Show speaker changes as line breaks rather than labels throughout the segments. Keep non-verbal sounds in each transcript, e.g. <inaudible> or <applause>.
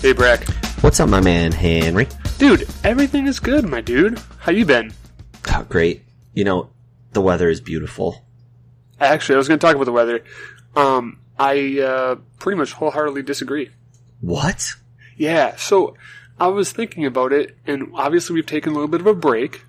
Hey, Brack.
What's up, my man, Henry?
Dude, everything is good, my dude. How you been?
Oh, great. You know, the weather is beautiful.
Actually, I was going to talk about the weather. Um, I uh, pretty much wholeheartedly disagree.
What?
Yeah, so I was thinking about it, and obviously we've taken a little bit of a break.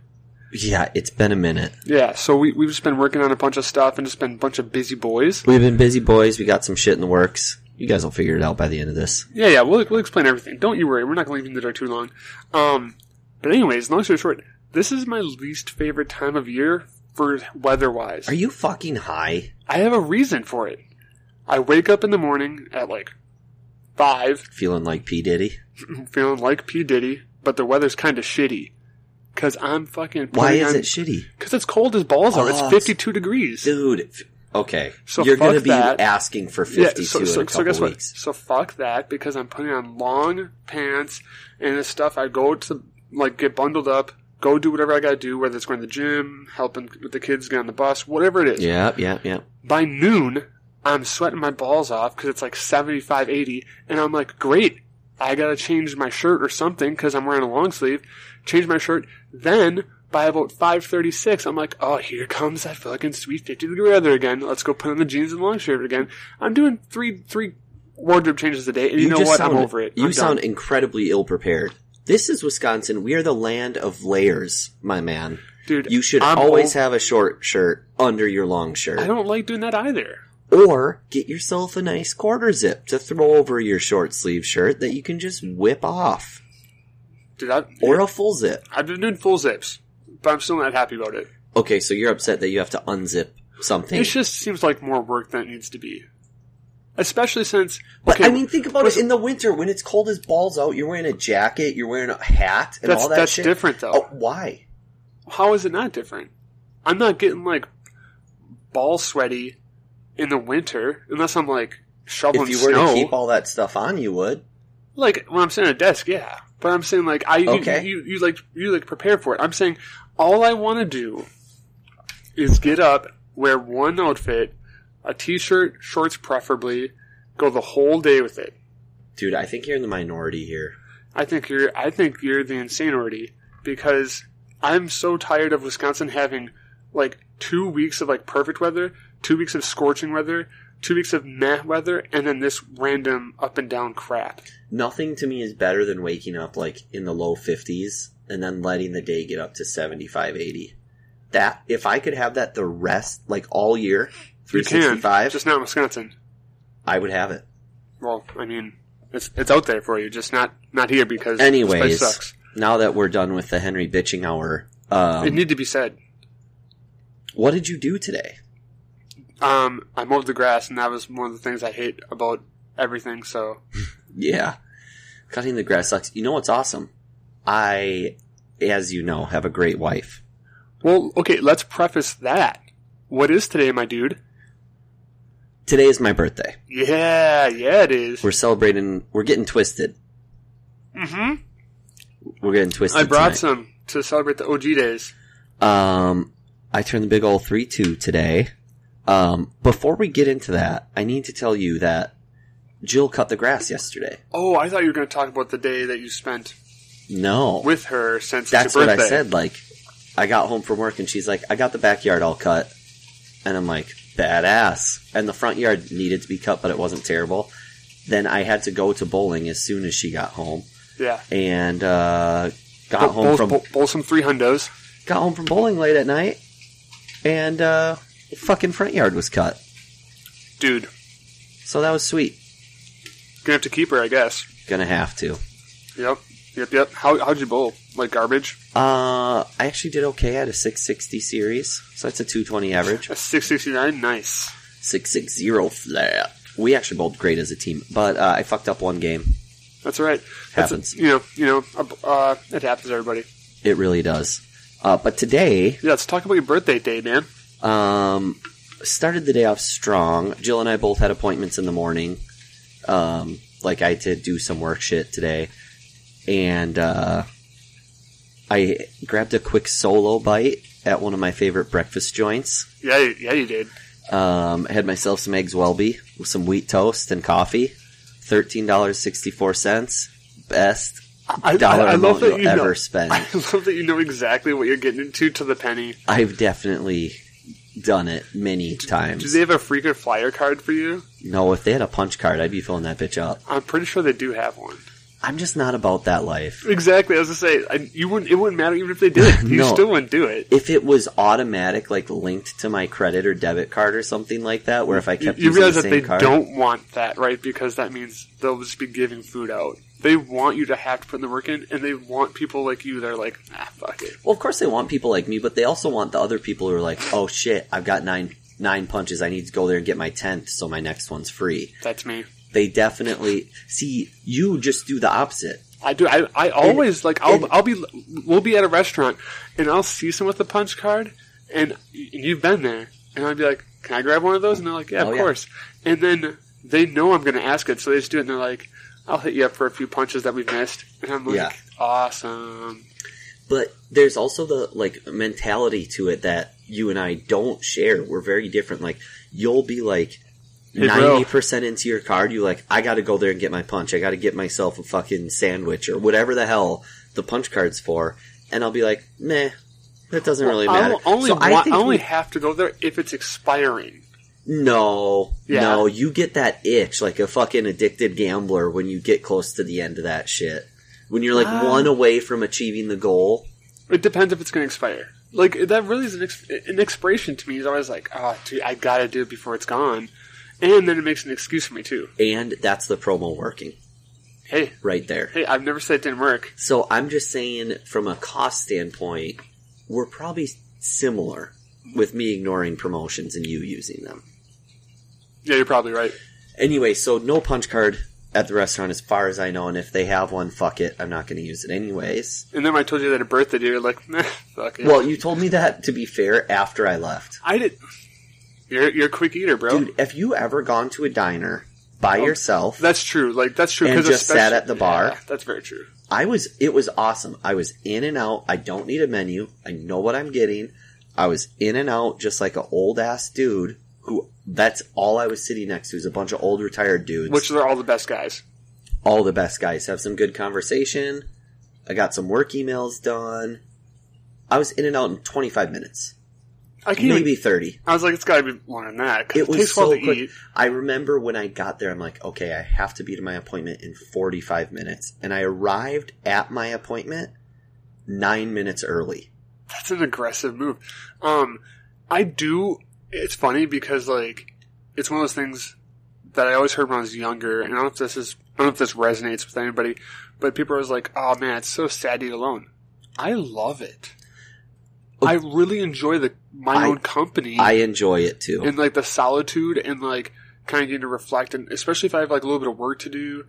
Yeah, it's been a minute.
Yeah, so we, we've just been working on a bunch of stuff and just been a bunch of busy boys.
We've been busy, boys. We got some shit in the works. You guys will figure it out by the end of this.
Yeah, yeah, we'll, we'll explain everything. Don't you worry, we're not going to leave you in the dark too long. Um, but anyways, long story short, this is my least favorite time of year for weather-wise.
Are you fucking high?
I have a reason for it. I wake up in the morning at like five,
Feeling like P. Diddy?
feeling like P Diddy, but the weather's kind of shitty. Cause I'm fucking.
Why is it shitty?
Because it's cold as balls out. It's
Oh,
52 degrees.
Dude, f- okay.
So
You're gonna
fuck
be
that.
asking for
Yeah,
52
so,
in
so,
a
so
couple
guess what?
weeks.
So fuck that because I'm putting on long pants and this stuff. I go to like get bundled up, go do whatever I gotta do, whether it's going to the gym, helping with the kids get on the bus, whatever it is.
Yep, yep, yep.
By noon, I'm sweating my balls off because it's like 75, 80, and I'm like, great, I gotta change my shirt or something because I'm wearing a long sleeve. Change my shirt. Then by about 5:36, I'm like, oh, here comes that fucking sweet 50 degree weather again. Let's go put on the jeans and long shirt again. I'm doing three three wardrobe changes a day, and you, know
just
what?
Sound,
I'm over it.
You
I'm
sound
done.
incredibly ill prepared. This is Wisconsin. We are the land of layers, my man.
dude.
You should
I'm
always
ov-
have a short shirt under your long
I
shirt.
don't like doing that either.
Or get yourself a nice quarter zip to throw over your short sleeve shirt that you can just whip off.
Dude, I,
Or a full zip.
I've been doing full zips, but I'm still not happy about it.
Okay, so you're upset that you have to unzip something.
It just seems like more work than it needs to be. Especially since.
but
okay,
I mean, think about it. In the winter, when it's cold as balls out, you're wearing a jacket, you're wearing a hat, and
That's-
all that
that's
shit.
different, though.
Oh, why?
how is it not different? I'm not getting, like, ball sweaty in the winter unless I'm, like, shoveling
If you were
snow.
to keep all that stuff on, you would.
like, when I'm sitting at a desk, yeah. But I'm saying, like, I. You,
Okay.
you, you, like, you, like, prepare for it. I'm saying, all I want to do is get up, wear one outfit, a t shirt, shorts preferably, go the whole day with it.
Dude, I think you're in the minority here.
I think you're I think you're the insanity because I'm so tired of Wisconsin having like two weeks of like perfect weather, two weeks of scorching weather, two weeks of meh weather, and then this random up and down crap.
nothing to me is better than waking up like in the low 50s and then letting the day get up to 75 80 that if i could have that the rest like all year
You can
365
just not in Wisconsin.
i would have it
Well, I mean, it's it's out there for you, just not not here because this place
anyways
sucks.
now that we're done with the henry bitching hour
it
um,
need to be said.
what did you do today
Um, I mowed the grass, and that was one of the things I hate about everything. So
yeah cutting the grass sucks you know what's awesome i as you know have a great wife
Well, okay, let's preface that. What is today, my dude?
today is my birthday
Yeah, yeah, it is.
we're celebrating we're getting twisted
Mm-hmm.
we're getting twisted
I brought
tonight.
some to celebrate the OG days.
Um, I turned the big old 3 2 today. Um, before we get into that, I need to tell you that Jill cut the grass yesterday.
Oh, I thought you were going to talk about the day that you spent
No.
with her since it's
That's
your
what I
birthday.
said. Like, I got home from work and she's like, I got the backyard all cut. And I'm like, badass. And the front yard needed to be cut, but it wasn't terrible. Then I had to go to bowling as soon as she got home.
Yeah.
And, uh, got
Bo-
home
bowl,
from
bowl- bowl some three hundos.
got home from bowling late at night and uh fucking front yard was cut.
Dude,
So that was sweet.
gonna have to keep her, I guess.
Gonna have to.
Yep, yep, yep. How, how'd you bowl? Like garbage?
Uh, I actually did okay at a 660 series, so that's a 220 average.
A 669? Nice.
660 flat. We actually bowled great as a team, but uh, I fucked up one game.
That's all right. That's a-
Happens.
you know, you know, a- uh, it happens to everybody.
It really does. Uh, but today,
Yeah, let's talk about your birthday day, man.
um, started the day off strong. Jill and I both had appointments in the morning. Um, like I had to do some work shit today, and uh, I grabbed a quick solo bite at one of my favorite breakfast joints.
Yeah, you- yeah, you did.
Um, I had myself some eggs Welby with some wheat toast and coffee. Thirteen dollars sixty four cents. best
I,
dollar
I, I
amount
love that
you'll
you <laughs>
ever
know.
spend.
I love that you know exactly what you're getting into to the penny.
I've definitely done it many
Do
times.
they have a frequent flyer card for you?
No, if they had a punch card, I'd be filling that bitch up.
I'm pretty sure they do have one.
I'm just not about that life.
Exactly. I was gonna say I, you wouldn't. It wouldn't matter even if they <laughs> did. You
No.
still wouldn't do it.
If it was automatic, like linked to my credit or debit card or something like that, where if I
You,
kept
you
using
realize
the
that
same
they
card,
don't want that, right? Because that means they'll just be giving food out. They want you to have to put the work in, and they want people like you. They're like, ah, fuck it.
well, of course they want people like me, but they also want the other people who are like, oh shit, I've got nine nine punches. I need to go there and get my tenth, so my next one's free.
That's me.
They definitely see you. Just do the opposite.
I do. I, I always like. I'll
and-
I'll be. We'll be at a restaurant, and I'll see someone with a punch card, and, y- you've been there, and I'll be like, "Can I grab one of those?" And they're like, "Yeah,
Oh,
of
yeah.
course." And then they know I'm going to ask it, so they just do it, and they're like, "I'll hit you up for a few punches that we missed," and I'm like,
Yeah.
"Awesome."
But there's also the like mentality to it that you and I don't share. We're very different. Like you'll be like
Hey, bro.
ninety percent into your card. You like I got to go there and get my punch. I got to get myself a fucking sandwich or whatever the hell the punch card's for. And I'll be like, meh, that doesn't really matter.
I only
So I
want,
think
I only
we-
have to go there if it's expiring.
no,
Yeah.
no, you get that itch like a fucking addicted gambler when you get close to the end of that shit. When you're like
Ah.
one away from achieving the goal.
It depends if it's going to expire. Like that really is an, ex- an expiration to me. Is always like, oh, dude, I got to do it before it's gone, and then it makes an excuse for me too.
And that's the promo working
Hey,
right there.
hey, I've never said it didn't work.
So I'm just saying, from a cost standpoint, we're probably similar with me ignoring promotions and you using them.
Yeah, you're probably right.
Anyway, so no punch card at the restaurant as far as I know, and if they have one, fuck it, I'm not going to use it anyways.
And then when I told you that a birthday, you're like, <laughs> nah, fuck it.
Well, you told me that to be fair after I left.
I did. You're you're a quick eater, bro. Oh.
Dude, have you ever gone to a diner by yourself?
that's true. Like that's true.
And
'cause
just sat
especially-
at the bar?
Yeah, that's very true.
I was it was awesome. I was in and out. I don't need a menu. I know what I'm getting. I was in and out just like an old ass dude who that's all I was sitting next to is a bunch of old retired dudes.
Which are all the best guys.
all the best guys have some good conversation. I got some work emails done. I was in and out in 25 minutes,
I can't. Even,
maybe 30.
I was like, it's got to be more than that. 'cause
It was
takes a while
so
to
quick.
eat.
I remember when I got there, I'm like, okay, I have to be to my appointment in 45 minutes. And I arrived at my appointment nine minutes early.
That's an aggressive move. Um, I do. It's funny because like it's one of those things that I always heard when I was younger, and I don't know if this is I don't know if this resonates with anybody, but people are always like, "Oh man, it's so sad to eat alone." I love it. I really enjoy the my
Oh. I-
own company
I enjoy it too.
Mm. and like the solitude and like kind of getting to reflect, and especially if I have like a little bit of work to do,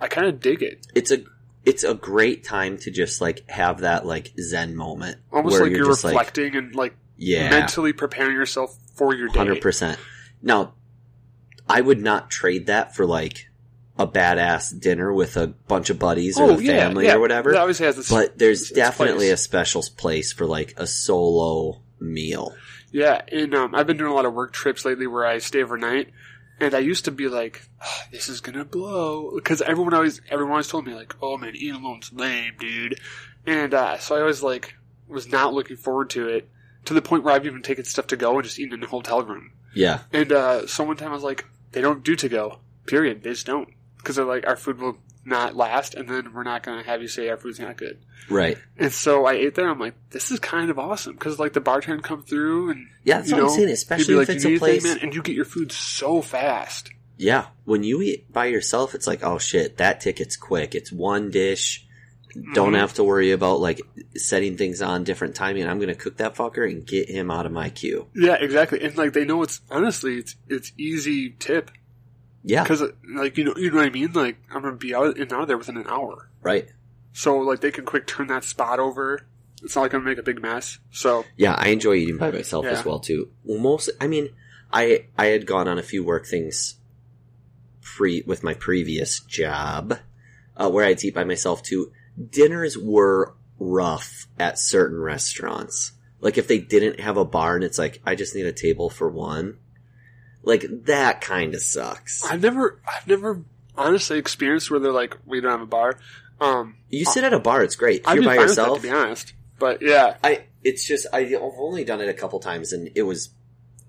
I kind of dig it.
it's a it's a great time to just like have that like zen moment,
Almost
where
like you're,
just like
reflecting and like
yeah,
mentally preparing yourself for your day.
hundred percent. Now, I would not trade that for like a badass dinner with a bunch of buddies or the family or whatever.
Oh, That obviously has this,
but there's
it's- it's
definitely
place.
a special place for like a solo meal.
yeah, and um, I've been doing a lot of work trips lately where I stay overnight, and I used to be like, "Ah, "This is gonna blow," because everyone always everyone always told me like, "Oh man, eating alone's lame, dude," and uh, so I always like was not looking forward to it to the point where I've even taken stuff to go and just eaten in a hotel room.
Yeah,
And uh, so one time I was like, "They don't do to go, period. They just don't," because they're like, "Our food will not last, and then we're not gonna have you say our food's not good."
right.
And so I ate there. I'm like, this is kind of awesome because like the bartender come through and
Yeah, that's
you
what
know,
I'm saying.
he'd be
Especially
like,
if
"Do you
it's
need
a
anything,
place
man?" and you get your food so fast.
Yeah, when you eat by yourself, it's like, oh shit, that ticket's quick. It's one dish. Don't
Mhm.
have to worry about like setting things on different timing. I'm gonna cook that fucker and get him out of my queue.
Yeah, exactly. And like they know it's honestly it's it's easy tip
Yeah,
because like you know you know what I mean. Like I'm gonna be out and out of there within an hour,
right.
so like they can quick turn that spot over. It's not like I'm gonna make a big mess. So
Yeah, I enjoy eating by myself
Yeah.
as well too. Well, most, I mean, I I had gone on a few work things pre with my previous job, uh, where I'd eat by myself too. Dinners were rough at certain restaurants. Like if they didn't have a bar and it's like I just need a table for one, like that kind of sucks.
I've never I've never honestly experience where they're like, we don't have a bar. Um,
You sit at a bar; it's great. If
I'd
you're
be
by
fine with that,
yourself.
to be honest. But yeah,
I. It's just I've only done it a couple times, and it was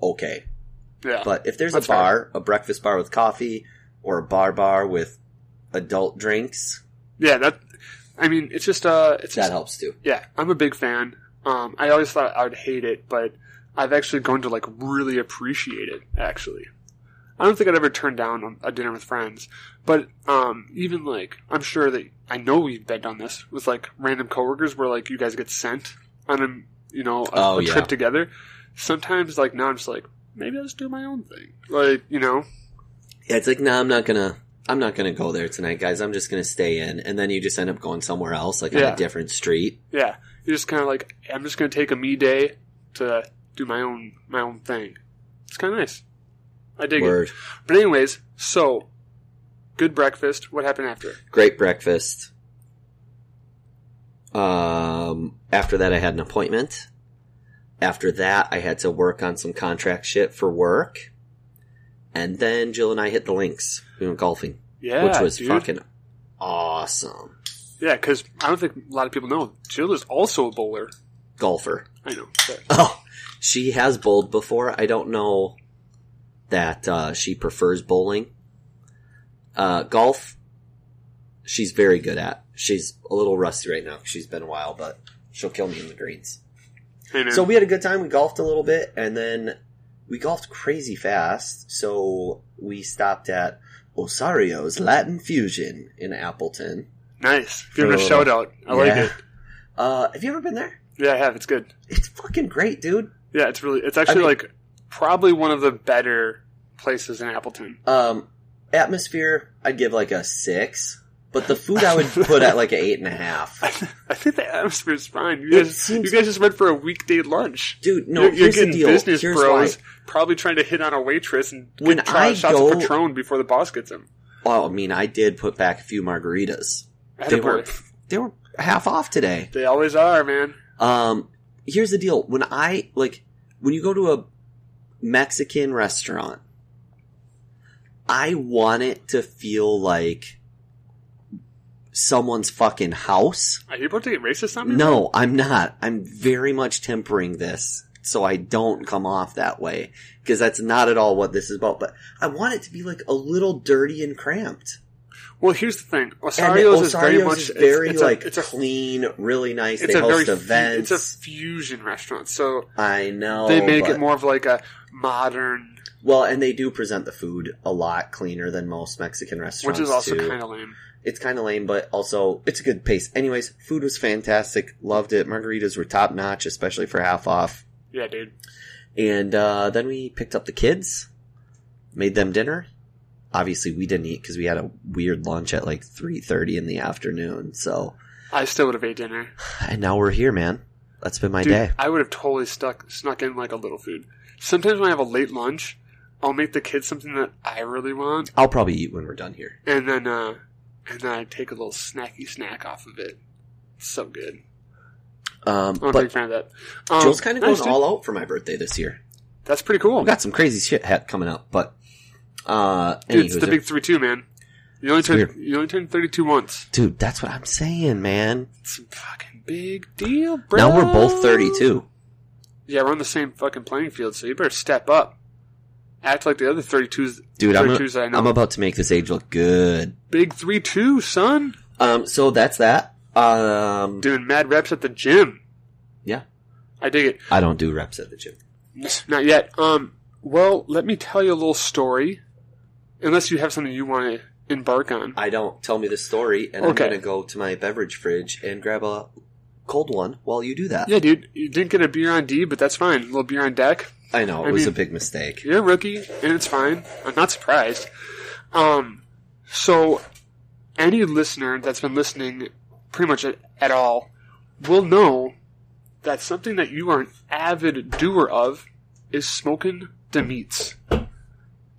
okay.
yeah,
But if there's
That's
a bar, a breakfast bar with coffee, or a bar bar with adult drinks,
yeah. That I mean, it's just uh, it's
that
just,
helps too.
yeah. I'm a big fan. Um, I always thought I would hate it, but I've actually grown to like really appreciate it. Actually, I don't think I'd ever turn down a a dinner with friends. But um, even like, I'm sure that I know we've been done this with like random coworkers where like you guys get sent on a you know a,
Oh,
a
yeah.
trip together. Sometimes like now I'm just like maybe I'll just do my own thing. Like you know,
Yeah, it's like, nah, I'm not gonna, I'm not gonna go there tonight, guys. I'm just gonna stay in, and then you just end up going somewhere else, like on
Yeah.
a different street.
yeah, you're just kind of like I'm just gonna take a me day to do my own my own thing. It's kind of nice. I dig it.
Word.
But anyways, so good breakfast. What happened after?
Great breakfast. Um, after that, I had an appointment. After that, I had to work on some contract shit for work. And then Jill and I hit the links. We went golfing,
Yeah,
which was
dude.
fucking awesome.
yeah. Because I don't think a lot of people know Jill is also a bowler.
Golfer.
I know. but-
Oh, she has bowled before. I don't know that uh, she prefers bowling. Uh, golf, she's very good at. She's a little rusty right now. 'cause She's been a while, but she'll kill me in the greens.
Hey, man.
So we had a good time. We golfed a little bit, and then we golfed crazy fast. So we stopped at Osario's Latin Fusion in Appleton.
nice. Give it a
So-
shout out. I like
Yeah.
it.
Uh, have you ever been there?
Yeah, I have. It's good.
It's fucking great, dude.
Yeah, it's really. It's actually
mean-
like probably one of the better places in Appleton. <laughs>
Um, atmosphere, I'd give like a six, but the food I would put at like an eight and a half.
I think the atmosphere is fine. You guys,
seems-
you guys just went for a weekday lunch.
Dude, no,
you're, you're
here's the
getting
deal.
business
here's
bros
why.
probably trying to hit on a waitress and get
When
try
I
shots
go-
of Patron before the boss gets him.
Well, Oh, I mean, I did put back a few margaritas. They
Attaboy.
were they were half off today.
They always are, man.
Um, here's the deal. When I like, when you go to a Mexican restaurant, I want it to feel like someone's fucking house.
Are you about to get racist on me?
No, I'm not. I'm very much tempering this so I don't come off that way because that's not at all what this is about. But I want it to be like a little dirty and cramped.
Well, here's the thing.
And
Osario's, is very
Osario's
much
is
it's-
very,
it's, a-
like
it's a
clean, really nice.
it's
they
a very
host
fu-
events.
it's a fusion restaurant, so
I know
they make it
but-
more of like a modern,
well, and they do present the food a lot cleaner than most Mexican
which
restaurants.
is also
too.
kind of lame.
it's kind of lame, but also it's a good pace. Anyways, food was fantastic. Loved it. Margaritas were top notch, especially for half off.
Yeah, dude.
And uh, then we picked up the kids, made them dinner. Obviously, we didn't eat because we had a weird lunch at like three thirty in the afternoon. So,
I still would have ate dinner.
and now we're here, man. That's been my
Dude,
day.
I would have totally stuck snuck in like a little food. Sometimes when I have a late lunch, I'll make the kids something that I really want,
I'll probably eat when we're done here.
and then uh, and then I take a little snacky snack off of it. So good.
Um,
I'm a big
but
fan of that. Um,
Jill's kind of
nice,
going
dude. Oh.
all out for my birthday this year.
That's pretty cool.
I've got some crazy shit ha- coming up, but uh,
Dude, it's
anywho's-
the big three two, man. You only
It's
turned
weird.
you only turned thirty two once.
dude, that's what I'm saying, man.
It's a fucking big deal, bro.
Now we're both thirty-two.
Yeah, we're on the same fucking playing field, so you better step up. Act like the other thirty twos.
Dude, I'm,
thirty twos that I know.
I'm about to make this age look good.
big three two, son.
Um, so that's that. Um,
Doing mad reps at the gym.
Yeah.
I dig it.
I don't do reps at the gym.
Not yet. Um. Well, let me tell you a little story. Unless you have something you want to embark on.
I don't. Tell me the story, and
Okay.
I'm going to go to my beverage fridge and grab a cold one while you do that.
Yeah, dude, you didn't get a beer on D, but that's fine. A little beer on deck.
I know, it
I
was
mean-
a big mistake.
You're a rookie, and it's fine. I'm not surprised. Um, so any listener that's been listening pretty much at, at all will know that something that you are an avid doer of is smoking the meats,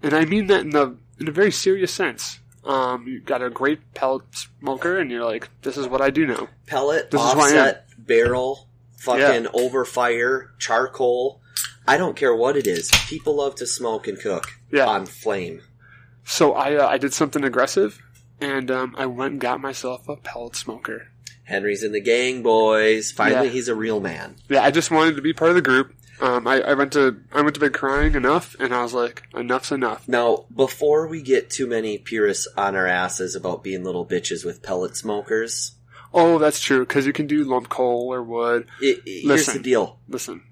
and I mean that in the in a very serious sense. Um, you got a great pellet smoker, and you're like, "This is what I do now."
Pellet,
This is who I
offset, barrel, fucking over fire, charcoal. I don't care what it is. People love to smoke and cook
Yeah.
on flame.
So I uh, I did something aggressive, and um, I went and got myself a pellet smoker.
Henry's in the gang, boys. Finally,
Yeah.
he's a real man.
Yeah, I just wanted to be part of the group. Um, I, I went to I went to bed crying enough, and I was like, enough's enough.
Now, before we get too many purists on our asses about being little bitches with pellet smokers,
Oh, that's true because you can do lump coal or wood.
it, it- here's
Listen.
the deal.
Listen,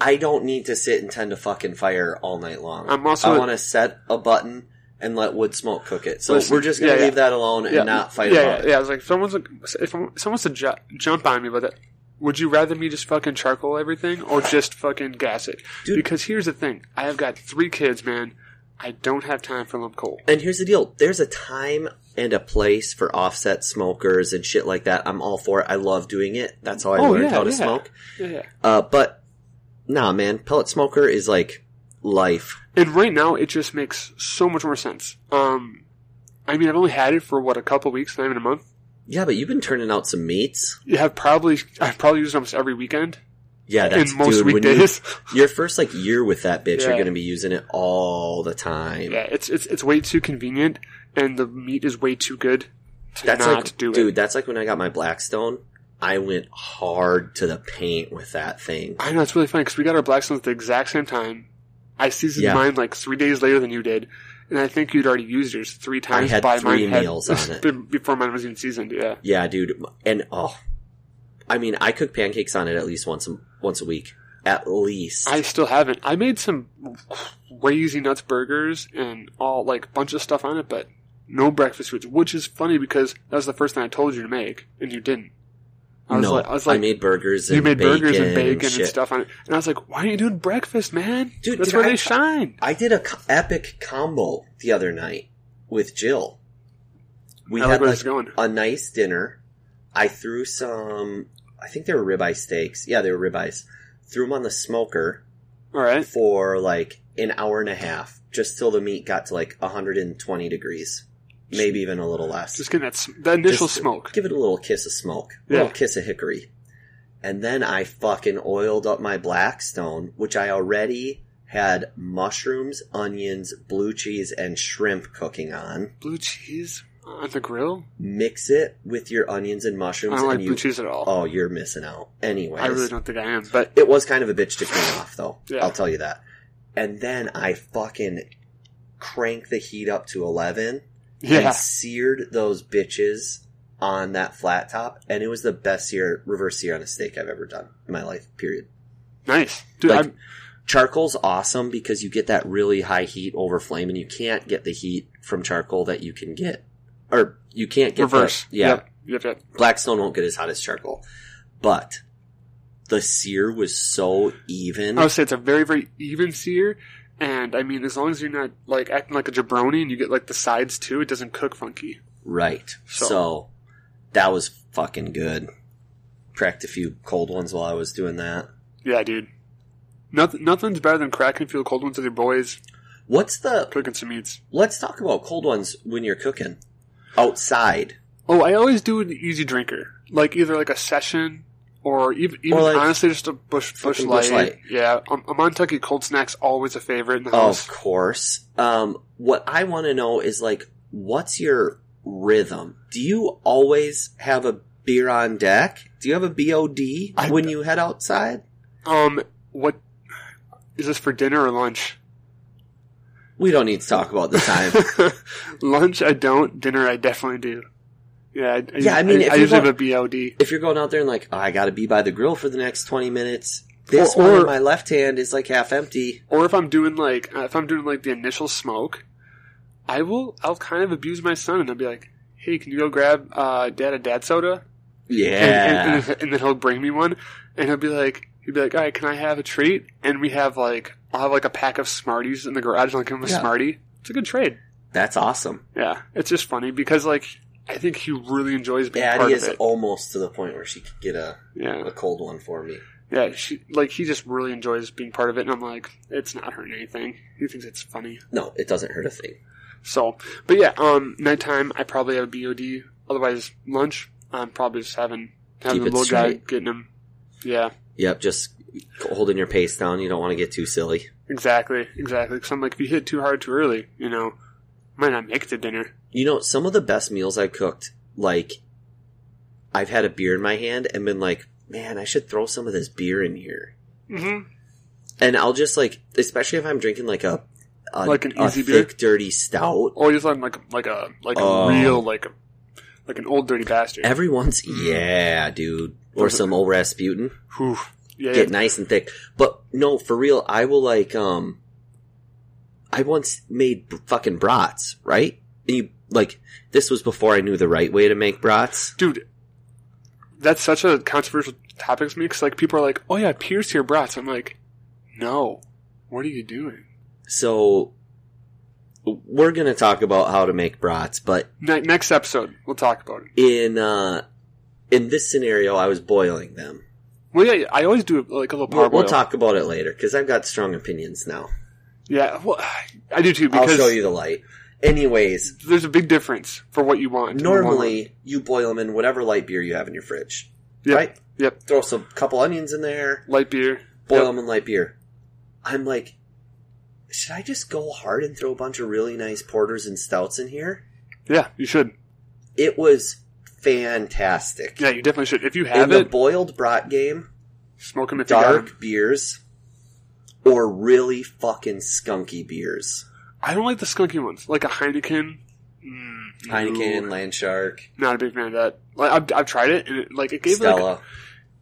I don't need to sit and tend to fucking fire all night long.
I'm also-
I want to set a button and let wood smoke cook it. So
Listen.
we're just gonna
Yeah, yeah.
leave that alone and not fight
yeah,
about
yeah,
it.
yeah. I was like, if someone's like, if someone's to ju- jump on me about that, would you rather me just fucking charcoal everything or just fucking gas it?
Dude.
Because here's the thing: I have got three kids, man. I don't have time for lump coal.
And here's the deal. There's a time and a place for offset smokers and shit like that. I'm all for it. I love doing it. That's how I
Oh,
learned
yeah,
how to
yeah.
smoke.
Yeah, yeah.
Uh, but nah, man, pellet smoker is like life.
And right now, it just makes so much more sense. Um, I mean, I've only had it for what a couple weeks, not even a month.
Yeah, but you've been turning out some meats.
Yeah, I've probably I've probably used it almost every weekend
Yeah, that's
and most
dude, when you-
weekdays.
your first like year with that bitch, you're
Yeah.
gonna be using it all the
<laughs>
time.
yeah, it's it's it's way too convenient, and the meat is way too good to
That's
not
like,
do it.
dude. That's like when I got my Blackstone. I went hard to the paint with that thing.
I know it's really funny because we got our Blackstones at the exact same time. I seasoned
Yeah.
mine like three days later than you did, and I think you'd already used yours three times.
had
by
three
mine had-
meals
<laughs>
on it.
be- before mine was even seasoned. Yeah,
Yeah, dude. And oh, I mean, I cook pancakes on it at least once a, once a week, at least.
I still haven't. I made some crazy nuts burgers and all like bunch of stuff on it, but no breakfast foods, which is funny because that was the first thing I told you to make, and you didn't. I was
no,
like, I was like,
made burgers. And
you made
bacon
burgers and bacon and
shit.
stuff on it, and I was like, why aren't you doing breakfast, man?
Dude,
that's
did
where
I-
they shine.
I did a co- epic combo the other night with Jill. We
I like
had
where
like,
this is going.
a nice dinner. I threw some. I think they were ribeye steaks. Yeah, they were ribeyes. Threw them on the smoker
All right.
for like an hour and a half, just till the meat got to like 120 degrees, maybe even a little less.
Just getting that sm- that initial
Just
smoke.
Give it a little kiss of smoke, a
Yeah.
little kiss of hickory. And then I fucking oiled up my Blackstone, which I already had mushrooms, onions, blue cheese, and shrimp cooking on.
Blue cheese on the grill?
Mix it with your onions and
I
mushrooms.
don't like
and
blue cheese at all.
Oh, you're missing out. Anyways,
I really don't think I am. But
it was kind of a bitch to clean off, though.
Yeah.
I'll tell you that. And then I fucking cranked the heat up to 11
yeah,
and seared those bitches on that flat top, and it was the best sear, reverse sear on a steak I've ever done in my life. Period.
nice, dude.
like
I'm,
charcoal's awesome because you get that really high heat over flame, and you can't get the heat from charcoal that you can get, or you can't get the-
reverse.
yeah,
Yep. Yep. Yep.
Blackstone won't get as hot as charcoal, but the sear was so even.
I would say it's a very, very even sear. And I mean, as long as you're not like acting like a jabroni and you get like the sides too, it doesn't cook funky.
Right.
So-
So, that was fucking good. Cracked a few cold ones while I was doing that.
Yeah, dude. Nothing, nothing's better than cracking a few cold ones with your boys,
What's the
cooking some meats.
Let's talk about cold ones when you're cooking outside.
Oh, I always do an easy drinker, like either like a session or even, even
like-
honestly just a bush bush
Fucking
light. Oh,
Busch Light.
Yeah, a, a Montucky cold snack's always a favorite in the
Of
house.
course. Um, what I want to know is like, what's your rhythm? Do you always have a beer on deck? Do you have a BOD
I-
when you head outside?
Um, what is this for dinner or lunch?
We don't need to talk about the time.
<laughs> lunch, I don't. Dinner, I definitely do. Yeah, I,
Yeah, I mean, if
I,
you're
usually
going-
have a BOD.
if you're going out there and like, oh, I got to be by the grill for the next 20 minutes, this
Or-
one
or-
in my left hand is like half empty.
Or if I'm doing like uh, if I'm doing like the initial smoke, I will I'll kind of abuse my son and I'll be like, "Hey, can you go grab uh, dad a dad soda?"
Yeah.
and, and, and, and then he'll bring me one, and he'll be like, he'd be like, all right, can I have a treat? And we have like, I'll have like a pack of Smarties in the garage, and I'll give him a
Yeah.
Smartie. It's a good trade.
That's awesome.
Yeah, it's just funny because like, I think he really enjoys being part
Addie
of
is
it.
almost to the point where she could get a,
Yeah,
a cold one for me.
yeah. She like he just really enjoys being part of it, and I'm like, it's not hurting anything. He thinks it's funny.
No, it doesn't hurt a thing.
So, but yeah, um, nighttime I probably have a BOD. Otherwise, lunch I'm probably just having having
Keep
the
it
little guy
straight.
getting him. Yeah.
Yep, just holding your pace down. You don't want to get too silly.
Exactly, exactly. Because I'm like, if you hit too hard too early, you know, Might not make it to dinner.
You know, some of the best meals I cooked, like I've had a beer in my hand and been like, man, I should throw some of this beer in here.
Mm-hmm.
And I'll just like, especially if I'm drinking like a, a
Like an
a
easy beer?
thick, dirty stout.
Or just like like a like a
Oh.
real like like an old dirty bastard.
Every once, yeah, dude, or some old Rasputin,
Whew. Yeah,
get nice and thick. But no, for real, I will like, um, I once made b- fucking brats, right? And you like, this was before I knew the right way to make brats.
dude. That's such a controversial topic to me because like people are like, "Oh yeah, pierce your brats." I'm like, "No, what are you doing?"
So we're gonna talk about how to make brats, but
Ne- next episode, we'll talk about it.
in uh in this scenario I was boiling them.
Well, yeah, I always do like a little
We'll,
parboil.
we'll talk about it later because I've got strong opinions now.
Yeah, well, I do too because
I'll show you the light. Anyways,
there's a big difference for what you want. in the long run.
normally you boil them in whatever light beer you have in your fridge,
Yep.
right?
Yep.
Throw some couple onions in there,
light beer.
boil
Yep.
them in light beer. I'm like, should I just go hard and throw a bunch of really nice porters and stouts in here?
Yeah, you should.
It was fantastic.
Yeah, you definitely should. If you
in
have
the
it,
boiled brat game,
smoke them if you got 'em.
dark beers or really fucking skunky beers.
I don't like the skunky ones, like a Heineken. Mm,
Heineken,
no.
Landshark,
not a big fan of that. Like I've, I've tried it, and it, like it gave me, like
Stella.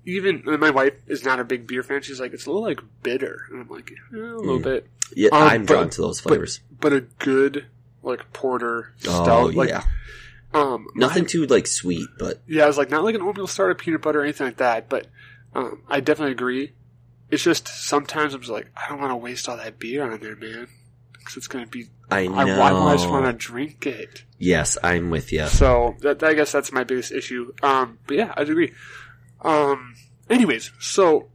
even and my wife is not a big beer fan. She's like it's a little like bitter, and I'm like eh, a little
Mm.
bit,
yeah,
um,
I'm
but-
drawn to those flavors.
but a good like porter stout,
oh
like
yeah,
um
nothing too like sweet, but
Yeah, I was like, not like an oatmeal starter, peanut butter, or anything like that. But um, I definitely agree. It's just sometimes I'm just like, I don't want to waste all that beer on there, man, because it's gonna be.
I know.
I, why do I just want to drink it?
Yes, I'm with you.
So that, I guess that's my biggest issue. Um, but yeah, I agree. Um, anyways, so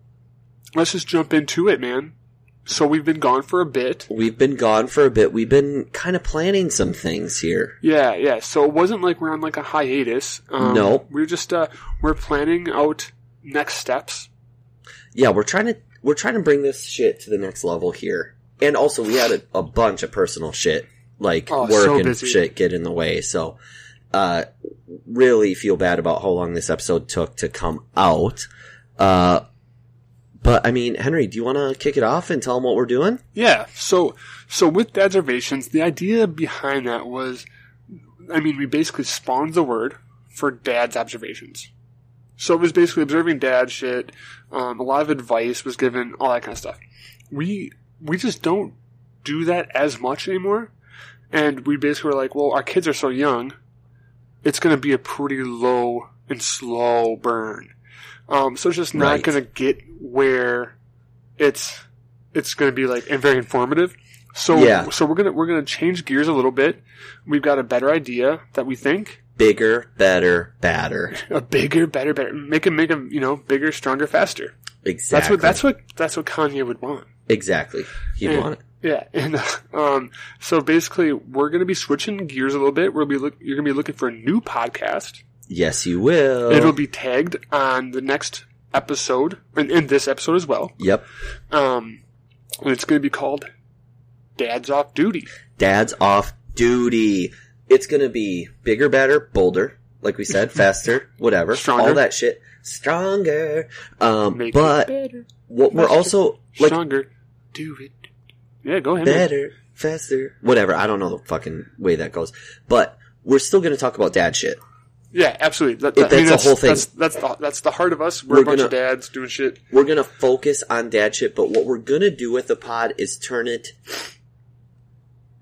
let's just jump into it, man. So we've been gone for a bit.
We've been gone for a bit. We've been kind of planning some things here.
Yeah, yeah. So it wasn't like we're on like a hiatus. Um,
No.
we're just uh, we're planning out next steps.
Yeah, we're trying to we're trying to bring this shit to the next level here. And also, we had a, a bunch of personal shit, like
Oh,
work
so
and
busy.
shit, get in the way. So, uh, really feel bad about how long this episode took to come out. Uh, but I mean, Henry, do you want to kick it off and tell them what we're doing?
Yeah. So so with Dad's Observations, the idea behind that was, I mean, we basically spawned the word for Dad's observations. So it was basically observing Dad shit. Um, a lot of advice was given, all that kind of stuff. We we just don't do that as much anymore, and we basically were like, well, our kids are so young, it's going to be a pretty low and slow burn. Um, so it's just not
Right.
going to get where it's it's going to be like and very informative. So
Yeah.
so we're gonna we're gonna change gears a little bit. We've got a better idea that we think
Bigger, better, badder.
a bigger, better, better. Make him make him you know bigger, stronger, faster.
Exactly.
That's what that's what that's what Kanye would want.
exactly. He'd
Yeah.
want it.
Yeah, <laughs> and um, so basically we're gonna be switching gears a little bit. We'll be look, you're gonna be looking for a new podcast.
Yes, you will.
It'll be tagged on the next episode and in this episode as well.
Yep.
Um, and it's gonna be called Dad's Off Duty.
Dad's off duty. It's gonna be bigger, better, bolder, like
<laughs>
we said, faster, whatever,
Stronger.
all that shit, stronger. Um,
Make it
but
better.
what we're also like
stronger. Do it. Yeah, go ahead. man.
better, faster, whatever. I don't know the fucking way that goes, but we're still gonna talk about dad shit.
Yeah, absolutely. That,
If
I mean,
that's the whole thing.
That's that's the, that's the heart of us. We're,
We're
a bunch
gonna-
of dads doing shit.
We're gonna focus on dad shit, but what we're gonna do with the pod is turn it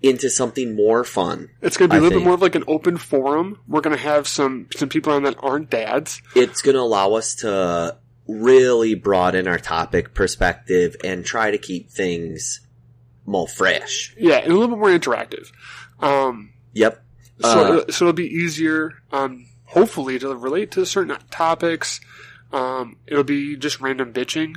into something more fun.
It's going to be
I
a little
think-
bit more of like an open forum. We're going to have some some people on that aren't dads.
it's going to allow us to really broaden our topic perspective and try to keep things more fresh.
Yeah, and a little bit more interactive. Um,
Yep.
so
Uh,
it'll- so it'll be easier, um, hopefully, to relate to certain topics. Um, it'll be just random bitching.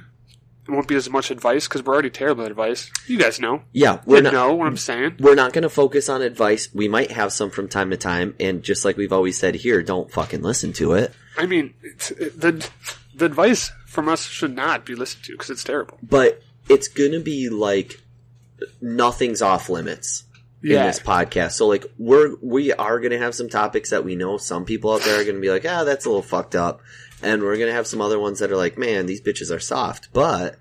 It won't be as much advice because we're already terrible at advice. You guys know.
yeah,
You
we're not
know what I'm saying.
we're not going to focus on advice. We might have some from time to time and just like we've always said here, don't fucking listen to it.
I mean, it's, it, the the advice from us should not be listened to because it's terrible.
But it's going to be like nothing's off limits. in
Yeah.
this podcast. So like we're we are gonna have some topics that we know some people out there are gonna be like, ah, that's a little fucked up. And we're gonna have some other ones that are like, man, these bitches are soft. But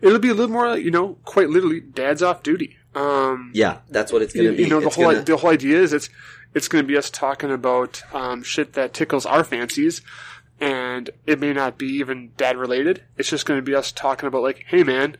It'll be a little more, you know, quite literally, dad's off duty. Um,
yeah, that's what it's
you,
gonna be.
you know, the
It's
whole
gonna-
the whole idea is it's it's going to be us talking about um, shit that tickles our fancies, and it may not be even dad related. It's just going to be us talking about like, hey man,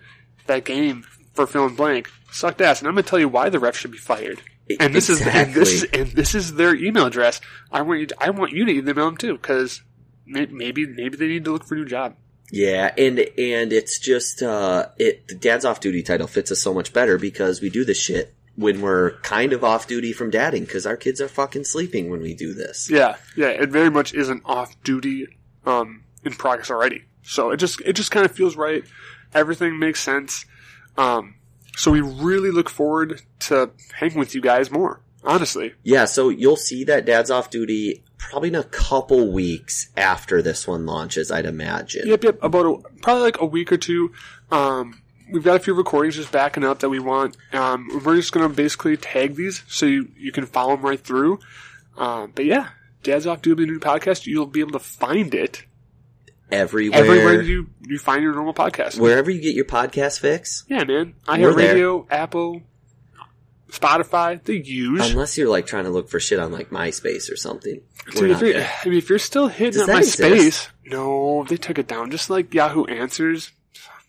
that game for fill and blank sucked ass, and I'm going to tell you why the ref should be fired.
E-
And this is and this
exactly.
and this is their email address. I want you to, I want you to email them too because maybe maybe they need to look for a new job.
Yeah, and and it's just uh it the dad's off duty title fits us so much better because we do this shit when we're kind of off duty from dadding because our kids are fucking sleeping when we do this.
Yeah, yeah, it very much is an off-duty um, in progress already. So it just it just kind of feels right. Everything makes sense. Um, so we really look forward to hanging with you guys more. Honestly,
Yeah, so you'll see that dad's off duty probably in a couple weeks after this one launches, I'd imagine.
yep, yep. About a, probably like a week or two. Um, we've got a few recordings just backing up that we want. Um, we're just gonna basically tag these so you you can follow them right through. Um, but yeah, Dad's off doing a new podcast. You'll be able to find it
Everywhere,
everywhere you you find your normal podcast.
wherever you get your podcast fix,
Yeah, man. I
We're
have radio, Apple, Spotify, the use.
unless you're like trying to look for shit on like MySpace or something. We're
Dude, if
not
you're,
there.
I mean, if you're still hidden
Does
at
that
my
exist?
space, no, they took it down. Just like Yahoo Answers,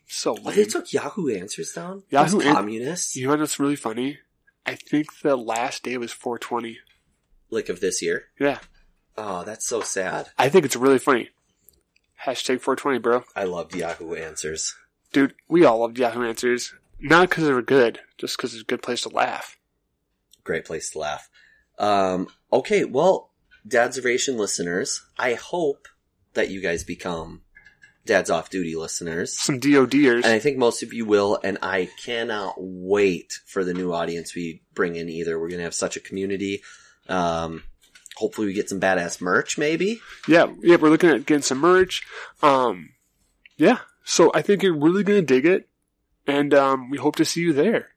so
Oh,
lame.
they took Yahoo Answers down.
Yahoo
Those
An-
communists,
you know what's really funny? I think the last day was 420.
like of this year.
Yeah,
Oh, that's so sad.
I think it's really funny. Hashtag 420, bro.
I loved Yahoo Answers.
Dude, we all loved Yahoo Answers. Not because they were good, just because it's a good place to laugh.
Great place to laugh. Um, okay, well, Dadservation listeners, I hope that you guys become Dad's Off Duty listeners.
Some DODers.
And I think most of you will, and I cannot wait for the new audience we bring in either. We're going to have such a community. Um, hopefully we get some badass merch, maybe.
Yeah, yeah, we're looking at getting some merch. Um, yeah, so I think you're really gonna dig it, and um, we hope to see you there.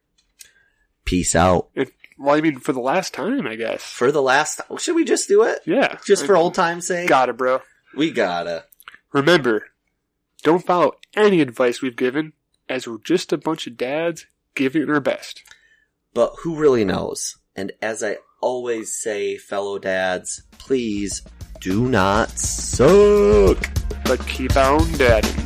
Peace out.
If, well, I mean, for the last time, I guess.
For the last, should we just do it?
Yeah,
Just for
I-
old time's sake?
Got it, bro.
We gotta.
Remember, don't follow any advice we've given, as we're just a bunch of dads giving it our best.
but who really knows? And as I always say, fellow dads, please do not suck.
But keep on dadding.